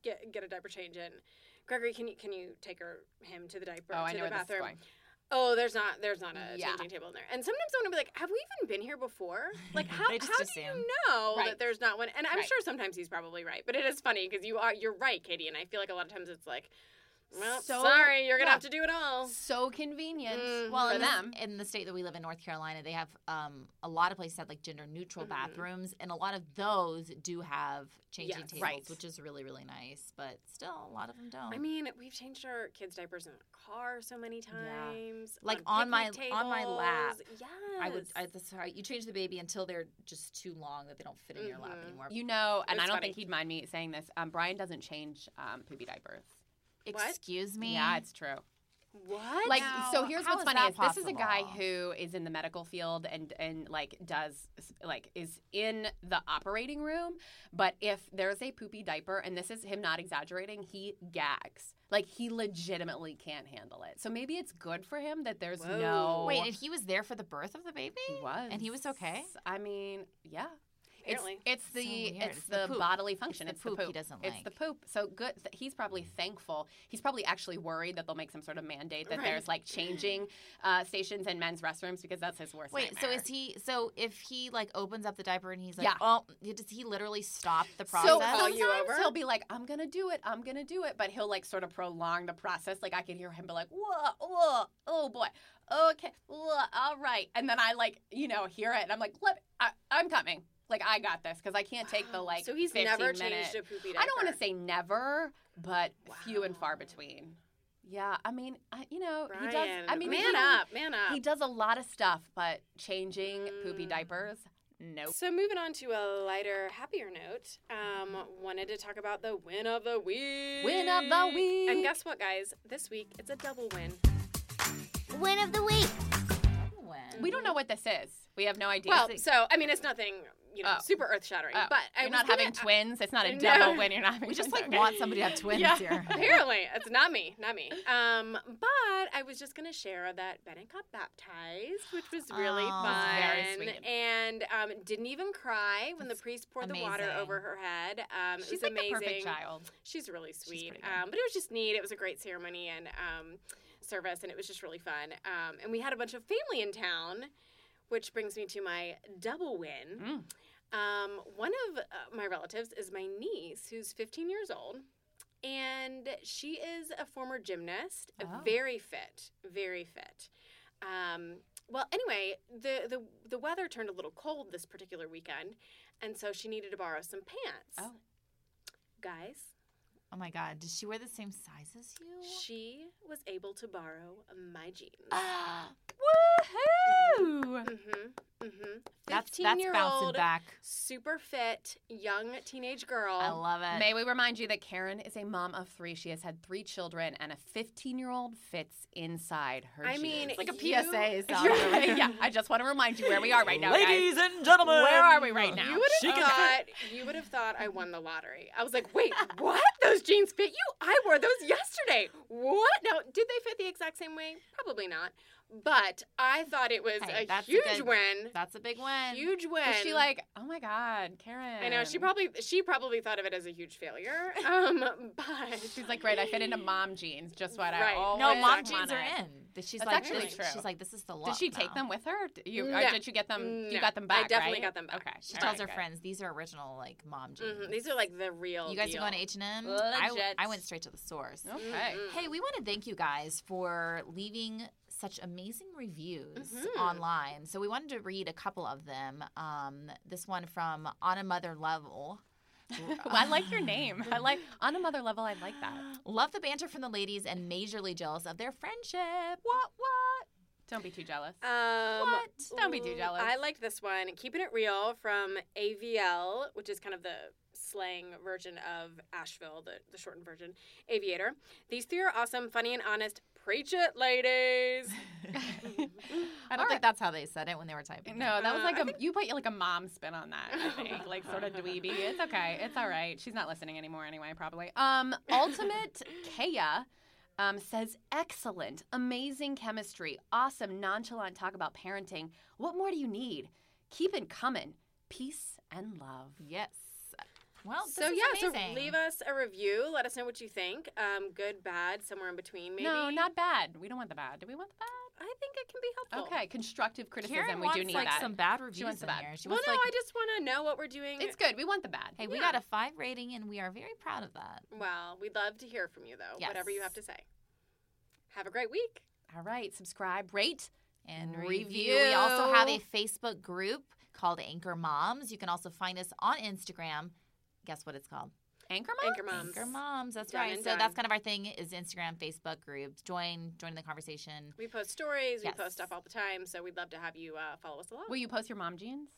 [SPEAKER 1] get get a diaper change in. Gregory, can you can you take her him to the diaper
[SPEAKER 3] Oh,
[SPEAKER 1] to
[SPEAKER 3] I
[SPEAKER 1] the
[SPEAKER 3] know where this is
[SPEAKER 1] bathroom?
[SPEAKER 3] going.
[SPEAKER 1] Oh, there's not there's not a
[SPEAKER 3] Yeah.
[SPEAKER 1] changing table in there. And sometimes I want to be like, have we even been here
[SPEAKER 3] [LAUGHS]
[SPEAKER 1] before? Like how,
[SPEAKER 2] They just
[SPEAKER 1] how do
[SPEAKER 2] assume.
[SPEAKER 1] you know
[SPEAKER 3] Right.
[SPEAKER 1] that there's not one? And I'm
[SPEAKER 3] Right.
[SPEAKER 1] sure sometimes he's probably right, but it is funny because you are you're right, Katie. And I feel like a lot of times it's like Well,
[SPEAKER 3] So-
[SPEAKER 1] sorry, you're gonna
[SPEAKER 3] yeah.
[SPEAKER 1] have to do it all.
[SPEAKER 3] So convenient
[SPEAKER 1] Mm,
[SPEAKER 2] Well,
[SPEAKER 3] for
[SPEAKER 2] in, this-
[SPEAKER 3] them.
[SPEAKER 2] in the state that we live in, North Carolina, they have um, a lot of places that have like gender neutral
[SPEAKER 1] Mhm.
[SPEAKER 2] bathrooms, and a lot of those do have changing
[SPEAKER 1] Yes.
[SPEAKER 2] tables,
[SPEAKER 3] Right.
[SPEAKER 2] which is really really nice. But still, a lot of them don't.
[SPEAKER 1] I mean, we've changed our kids' diapers in the car so many times.
[SPEAKER 2] Like, on my-
[SPEAKER 1] picnic
[SPEAKER 2] on my lap,
[SPEAKER 1] tables. Yes.
[SPEAKER 2] I would. I, that's how you change the baby until they're just too long that they don't fit in your lap
[SPEAKER 1] Mhm.
[SPEAKER 2] anymore.
[SPEAKER 3] You know, and I
[SPEAKER 1] It's
[SPEAKER 3] don't
[SPEAKER 1] funny.
[SPEAKER 3] think he'd mind me saying this. Um, Brian doesn't change um, poopy diapers.
[SPEAKER 1] What?
[SPEAKER 2] Excuse me.
[SPEAKER 3] Yeah, it's true.
[SPEAKER 1] what?
[SPEAKER 3] Like,
[SPEAKER 2] Now,
[SPEAKER 3] so here's
[SPEAKER 2] how
[SPEAKER 3] what's
[SPEAKER 2] is
[SPEAKER 3] funny
[SPEAKER 2] that
[SPEAKER 3] is this is a guy
[SPEAKER 2] possible?
[SPEAKER 3] who is in the medical field and and like does like is in the operating room. But if there's a poopy diaper, and this is him not exaggerating, he gags. Like he legitimately can't handle it. So maybe it's good for him that there's
[SPEAKER 1] Whoa.
[SPEAKER 3] no.
[SPEAKER 2] Wait, and he was there for the birth of the baby.
[SPEAKER 3] he was,
[SPEAKER 2] and he was okay?
[SPEAKER 3] I mean, yeah. It's,
[SPEAKER 1] Apparently.
[SPEAKER 3] it's
[SPEAKER 2] So
[SPEAKER 3] the
[SPEAKER 2] weird.
[SPEAKER 3] it's,
[SPEAKER 2] It's the
[SPEAKER 3] the,
[SPEAKER 2] poop.
[SPEAKER 3] bodily function.
[SPEAKER 2] It's
[SPEAKER 3] It's
[SPEAKER 2] the
[SPEAKER 3] the,
[SPEAKER 2] poop he doesn't
[SPEAKER 3] It's the
[SPEAKER 2] like.
[SPEAKER 3] poop. So good. th- He's probably thankful. He's probably actually worried that they'll make some sort of mandate that
[SPEAKER 1] Right.
[SPEAKER 3] there's like changing uh, stations in men's restrooms because that's his worst.
[SPEAKER 2] Wait, so
[SPEAKER 3] nightmare.
[SPEAKER 2] is he? So if he like opens up the diaper and he's like,
[SPEAKER 3] Yeah.
[SPEAKER 2] "Oh," does he literally stop the process?
[SPEAKER 3] So
[SPEAKER 1] Call
[SPEAKER 3] sometimes
[SPEAKER 1] you over?
[SPEAKER 3] he'll be like, "I'm gonna do it. I'm gonna do it," but he'll like sort of prolong the process. Like I can hear him be like, "Whoa, whoa, oh boy, okay, whoa, all right," and then I like you know hear it and I'm like, "Let, I, I'm coming. Like I got this because I can't take
[SPEAKER 1] [GASPS]
[SPEAKER 3] the
[SPEAKER 1] Wow.
[SPEAKER 3] like."
[SPEAKER 1] So he's
[SPEAKER 3] 15
[SPEAKER 1] never
[SPEAKER 3] minute-
[SPEAKER 1] changed a poopy diaper.
[SPEAKER 3] I don't want to say never, but few and far
[SPEAKER 1] Wow.
[SPEAKER 3] between. Yeah, I mean, I, you know,
[SPEAKER 1] Brian,
[SPEAKER 3] he does. I mean,
[SPEAKER 1] man
[SPEAKER 3] he,
[SPEAKER 1] up, man up.
[SPEAKER 3] He does a lot of stuff, but changing poopy
[SPEAKER 1] Mm.
[SPEAKER 3] diapers, nope.
[SPEAKER 1] So moving on to a lighter, happier note, um, wanted to talk about the win of the week.
[SPEAKER 3] Win of the
[SPEAKER 1] And
[SPEAKER 3] week.
[SPEAKER 1] guess what, guys? This week it's a double win.
[SPEAKER 4] Win of the week.
[SPEAKER 2] When?
[SPEAKER 3] We don't know what this is. We have no idea.
[SPEAKER 1] Well,
[SPEAKER 3] It's-
[SPEAKER 1] so I mean, it's nothing, you know,
[SPEAKER 3] Oh.
[SPEAKER 1] super earth shattering.
[SPEAKER 3] oh,
[SPEAKER 1] But I
[SPEAKER 3] you're
[SPEAKER 1] was
[SPEAKER 3] not
[SPEAKER 1] gonna-
[SPEAKER 3] having twins. It's not a
[SPEAKER 1] uh, No.
[SPEAKER 3] double win. You're not having.
[SPEAKER 2] We just
[SPEAKER 3] twins.
[SPEAKER 2] like
[SPEAKER 3] Okay.
[SPEAKER 2] want somebody to have twins
[SPEAKER 1] Yeah.
[SPEAKER 2] here.
[SPEAKER 1] [LAUGHS] Apparently, it's not me, not me. Um, but I was just gonna share that Bennett got baptized, which was really
[SPEAKER 2] Oh,
[SPEAKER 1] fun,
[SPEAKER 3] very sweet.
[SPEAKER 1] and um, didn't even cry when
[SPEAKER 2] That's
[SPEAKER 1] the priest poured the water
[SPEAKER 2] amazing.
[SPEAKER 1] over her head. Um, it
[SPEAKER 3] She's
[SPEAKER 1] was
[SPEAKER 3] like
[SPEAKER 1] amazing.
[SPEAKER 3] the perfect child.
[SPEAKER 1] She's really sweet.
[SPEAKER 3] pretty good.
[SPEAKER 1] Um, but it was just neat. It was a great ceremony and um, service, and it was just really fun. Um, and we had a bunch of family in town, which brings me to my double win.
[SPEAKER 3] Mm.
[SPEAKER 1] Um, one of uh, my relatives is my niece, who's 15 years old. And she is a former gymnast, a
[SPEAKER 2] Oh.
[SPEAKER 1] very fit, very fit. Um, well, anyway, the, the the weather turned a little cold this particular weekend, and so she needed to borrow some pants.
[SPEAKER 3] Oh.
[SPEAKER 1] Guys,
[SPEAKER 2] [LAUGHS] Oh my god, does she wear the same size as you? [GASPS]
[SPEAKER 1] she was able to borrow my jeans.
[SPEAKER 2] Woohoo!
[SPEAKER 1] Mhm. Mhm.
[SPEAKER 2] That's that's bouncing
[SPEAKER 1] 15-year-old,
[SPEAKER 2] back.
[SPEAKER 1] super fit, young teenage girl.
[SPEAKER 2] I love it.
[SPEAKER 3] May we remind you that Karen is a mom of three. She has had three children, and a 15 year old fits inside her.
[SPEAKER 1] I
[SPEAKER 3] jeans.
[SPEAKER 1] mean,
[SPEAKER 3] like a
[SPEAKER 1] you-
[SPEAKER 3] PSA. is on
[SPEAKER 1] You're
[SPEAKER 3] the-
[SPEAKER 1] right.
[SPEAKER 3] yeah, I just want to remind you where we are right now, guys.
[SPEAKER 2] Ladies and gentlemen,
[SPEAKER 3] Where are we right now?
[SPEAKER 1] you would
[SPEAKER 2] She Mm-hmm.
[SPEAKER 1] have
[SPEAKER 2] can
[SPEAKER 1] thought you would have thought I won the lottery. I was like, wait, what? Those jeans fit you? I wore those yesterday. What? Now, did they fit the exact same way? Probably not. But I thought it was
[SPEAKER 2] Hey,
[SPEAKER 1] a
[SPEAKER 2] that's a
[SPEAKER 1] huge
[SPEAKER 2] good-
[SPEAKER 1] win.
[SPEAKER 2] That's a big win.
[SPEAKER 1] Huge win.
[SPEAKER 3] Is she like, oh my god, Karen?
[SPEAKER 1] I know she probably she probably thought of it as a huge failure. [LAUGHS] Um, but
[SPEAKER 3] She's like, great, I
[SPEAKER 1] [LAUGHS]
[SPEAKER 3] fit into mom jeans, just what
[SPEAKER 1] Right.
[SPEAKER 3] I
[SPEAKER 1] No,
[SPEAKER 3] always
[SPEAKER 2] no, mom
[SPEAKER 1] Exactly.
[SPEAKER 2] jeans are
[SPEAKER 3] wanted.
[SPEAKER 2] in. That She's
[SPEAKER 3] That's
[SPEAKER 2] like,
[SPEAKER 3] actually
[SPEAKER 2] really-
[SPEAKER 3] true.
[SPEAKER 2] She's like, this is the look.
[SPEAKER 3] Did she take
[SPEAKER 2] now.
[SPEAKER 3] them with her? Did you, or
[SPEAKER 1] No. Mm,
[SPEAKER 3] did you get them? You
[SPEAKER 1] No.
[SPEAKER 3] got them
[SPEAKER 1] I
[SPEAKER 3] back.
[SPEAKER 1] definitely
[SPEAKER 3] right?
[SPEAKER 1] got them back.
[SPEAKER 3] Okay.
[SPEAKER 2] She
[SPEAKER 3] all
[SPEAKER 2] tells
[SPEAKER 3] right,
[SPEAKER 2] her
[SPEAKER 3] good.
[SPEAKER 2] friends these are original like mom jeans.
[SPEAKER 1] Mhm, these are like the real.
[SPEAKER 2] you guys are
[SPEAKER 1] deal.
[SPEAKER 2] going to H and M. I
[SPEAKER 3] Legit.
[SPEAKER 2] I went straight to the source.
[SPEAKER 3] Okay.
[SPEAKER 1] Mhm.
[SPEAKER 2] Hey, we want to thank you guys for leaving such amazing reviews
[SPEAKER 1] Mhm.
[SPEAKER 2] online. So we wanted to read a couple of them. Um, this one from On a Mother Level.
[SPEAKER 3] I like your name. I like on another level. I like that.
[SPEAKER 2] [SIGHS]
[SPEAKER 1] [GASPS]
[SPEAKER 2] Love the banter from the ladies and majorly jealous of their friendship. What what?
[SPEAKER 3] Don't be too jealous.
[SPEAKER 1] Um,
[SPEAKER 2] What?
[SPEAKER 3] Don't be too
[SPEAKER 1] ooh,
[SPEAKER 3] jealous.
[SPEAKER 1] I liked this one. Keeping it real from AVL, which is kind of the slang version of Asheville, the, the shortened version. Aviator. These three are awesome, funny, and honest. Preach it,
[SPEAKER 2] [LAUGHS]
[SPEAKER 1] ladies.
[SPEAKER 2] I
[SPEAKER 3] [LAUGHS]
[SPEAKER 1] [LAUGHS]
[SPEAKER 3] All
[SPEAKER 2] don't
[SPEAKER 3] right.
[SPEAKER 2] think that's how they said it when they were typing.
[SPEAKER 3] No, that was
[SPEAKER 1] Uh,
[SPEAKER 3] like
[SPEAKER 2] [LAUGHS]
[SPEAKER 1] I
[SPEAKER 3] a you put like a mom spin on that. I think, like sort of dweeby. It's okay. It's all right. She's not listening anymore anyway, probably. Um,
[SPEAKER 2] [LAUGHS]
[SPEAKER 3] ultimate Kea. Um, says excellent, amazing chemistry, awesome, nonchalant talk about parenting. What more do you need? Keep it coming. Peace and love.
[SPEAKER 2] Yes. Well, Oh, this
[SPEAKER 1] so
[SPEAKER 2] is
[SPEAKER 1] yeah,
[SPEAKER 2] amazing.
[SPEAKER 1] so leave us a review. Let us know what you think. Um, good, bad, somewhere in between, maybe.
[SPEAKER 3] No, not bad. We don't want the bad. Do we want the bad?
[SPEAKER 1] I think it can be helpful.
[SPEAKER 3] Okay, constructive criticism.
[SPEAKER 2] Karen
[SPEAKER 3] we
[SPEAKER 2] wants
[SPEAKER 3] do need
[SPEAKER 2] like
[SPEAKER 3] that.
[SPEAKER 2] some bad reviews
[SPEAKER 3] wants the
[SPEAKER 2] in
[SPEAKER 3] bad.
[SPEAKER 2] here. She
[SPEAKER 1] Well,
[SPEAKER 2] wants
[SPEAKER 1] no,
[SPEAKER 2] like,
[SPEAKER 1] I just want to know what we're doing.
[SPEAKER 3] it's good. We want the bad.
[SPEAKER 2] hey, we
[SPEAKER 1] yeah.
[SPEAKER 2] got a five rating and we are very proud of that.
[SPEAKER 1] Well, we'd love to hear from you, though. Whatever you have to
[SPEAKER 2] Yes.
[SPEAKER 1] say. Have a great week.
[SPEAKER 3] All right, subscribe, rate.
[SPEAKER 2] and review. We also have a
[SPEAKER 3] Review.
[SPEAKER 2] Facebook group called Anchor Moms. You can also find us on Instagram. Guess what it's called?
[SPEAKER 3] Anchor
[SPEAKER 1] Anchor
[SPEAKER 3] Moms?
[SPEAKER 1] Moms.
[SPEAKER 2] Anchor Moms. That's
[SPEAKER 1] Done
[SPEAKER 2] right.
[SPEAKER 1] and
[SPEAKER 2] So
[SPEAKER 1] done.
[SPEAKER 2] that's kind of our thing is Instagram, Facebook groups. Join, join the conversation.
[SPEAKER 1] [LAUGHS] We post stories.
[SPEAKER 2] Yes.
[SPEAKER 1] We post stuff all the time. So we'd love to have you uh, follow us along.
[SPEAKER 3] Will you post your mom jeans?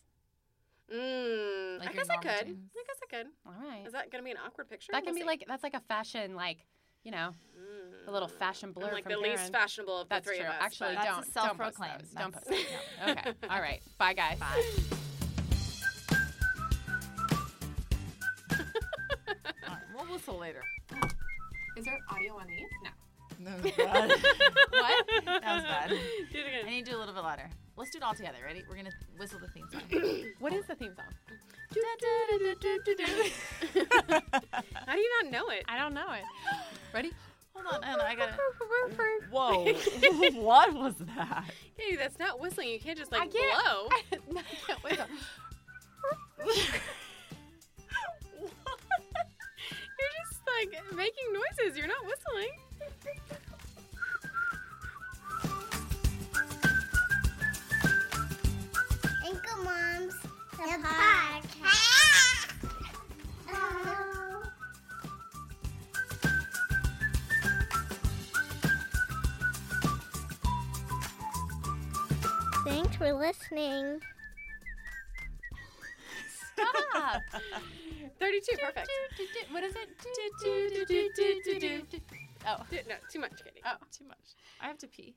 [SPEAKER 1] Mm,
[SPEAKER 2] Like
[SPEAKER 1] I
[SPEAKER 2] your
[SPEAKER 1] guess I
[SPEAKER 2] normal
[SPEAKER 1] could.
[SPEAKER 2] jeans.
[SPEAKER 1] I guess I could.
[SPEAKER 3] All right.
[SPEAKER 1] Is that going to be an awkward picture?
[SPEAKER 3] That can
[SPEAKER 1] We'll
[SPEAKER 3] be
[SPEAKER 1] see.
[SPEAKER 3] like that's like a fashion like you know
[SPEAKER 1] Mm.
[SPEAKER 3] a little fashion blur
[SPEAKER 1] I'm like
[SPEAKER 3] from
[SPEAKER 1] the
[SPEAKER 3] Karen.
[SPEAKER 1] least fashionable of the
[SPEAKER 3] That's
[SPEAKER 1] three
[SPEAKER 3] true.
[SPEAKER 1] of us.
[SPEAKER 3] Actually,
[SPEAKER 2] That's
[SPEAKER 1] but-
[SPEAKER 2] a
[SPEAKER 3] don't don't post
[SPEAKER 2] self-proclaim.
[SPEAKER 3] those. Don't post.
[SPEAKER 2] That's-
[SPEAKER 3] Those. No. [LAUGHS] Okay. All right. Bye, guys. Bye.
[SPEAKER 2] All right, we'll [LAUGHS] whistle later.
[SPEAKER 3] Is there audio on these? No.
[SPEAKER 2] what? That was bad.
[SPEAKER 1] [LAUGHS] Do it
[SPEAKER 3] [LAUGHS]
[SPEAKER 2] I
[SPEAKER 1] again. [LAUGHS]
[SPEAKER 2] need to do a little bit louder. Let's do it all together. Ready? We're gonna whistle the theme song.
[SPEAKER 3] What is the theme song?
[SPEAKER 1] How do you not know it?
[SPEAKER 3] I don't know it. Ready?
[SPEAKER 2] Hold on, hold on, I
[SPEAKER 1] [LAUGHS]
[SPEAKER 2] gotta. Whoa! [LAUGHS] what was that?
[SPEAKER 1] Hey, that's not whistling. You can't just like
[SPEAKER 3] I can't-
[SPEAKER 1] blow.
[SPEAKER 3] No, [LAUGHS] I can't
[SPEAKER 1] [LAUGHS]
[SPEAKER 3] wait.
[SPEAKER 1] You're just like making noises. You're not whistling.
[SPEAKER 5] Ankle Moms, the, podcast.
[SPEAKER 4] Thanks for listening.
[SPEAKER 3] Stop.
[SPEAKER 1] 32, perfect.
[SPEAKER 3] what is it? Do, do, do, do, do, do, do.
[SPEAKER 1] No, too much, Katie.
[SPEAKER 3] Oh.
[SPEAKER 2] Too much. I have to pee.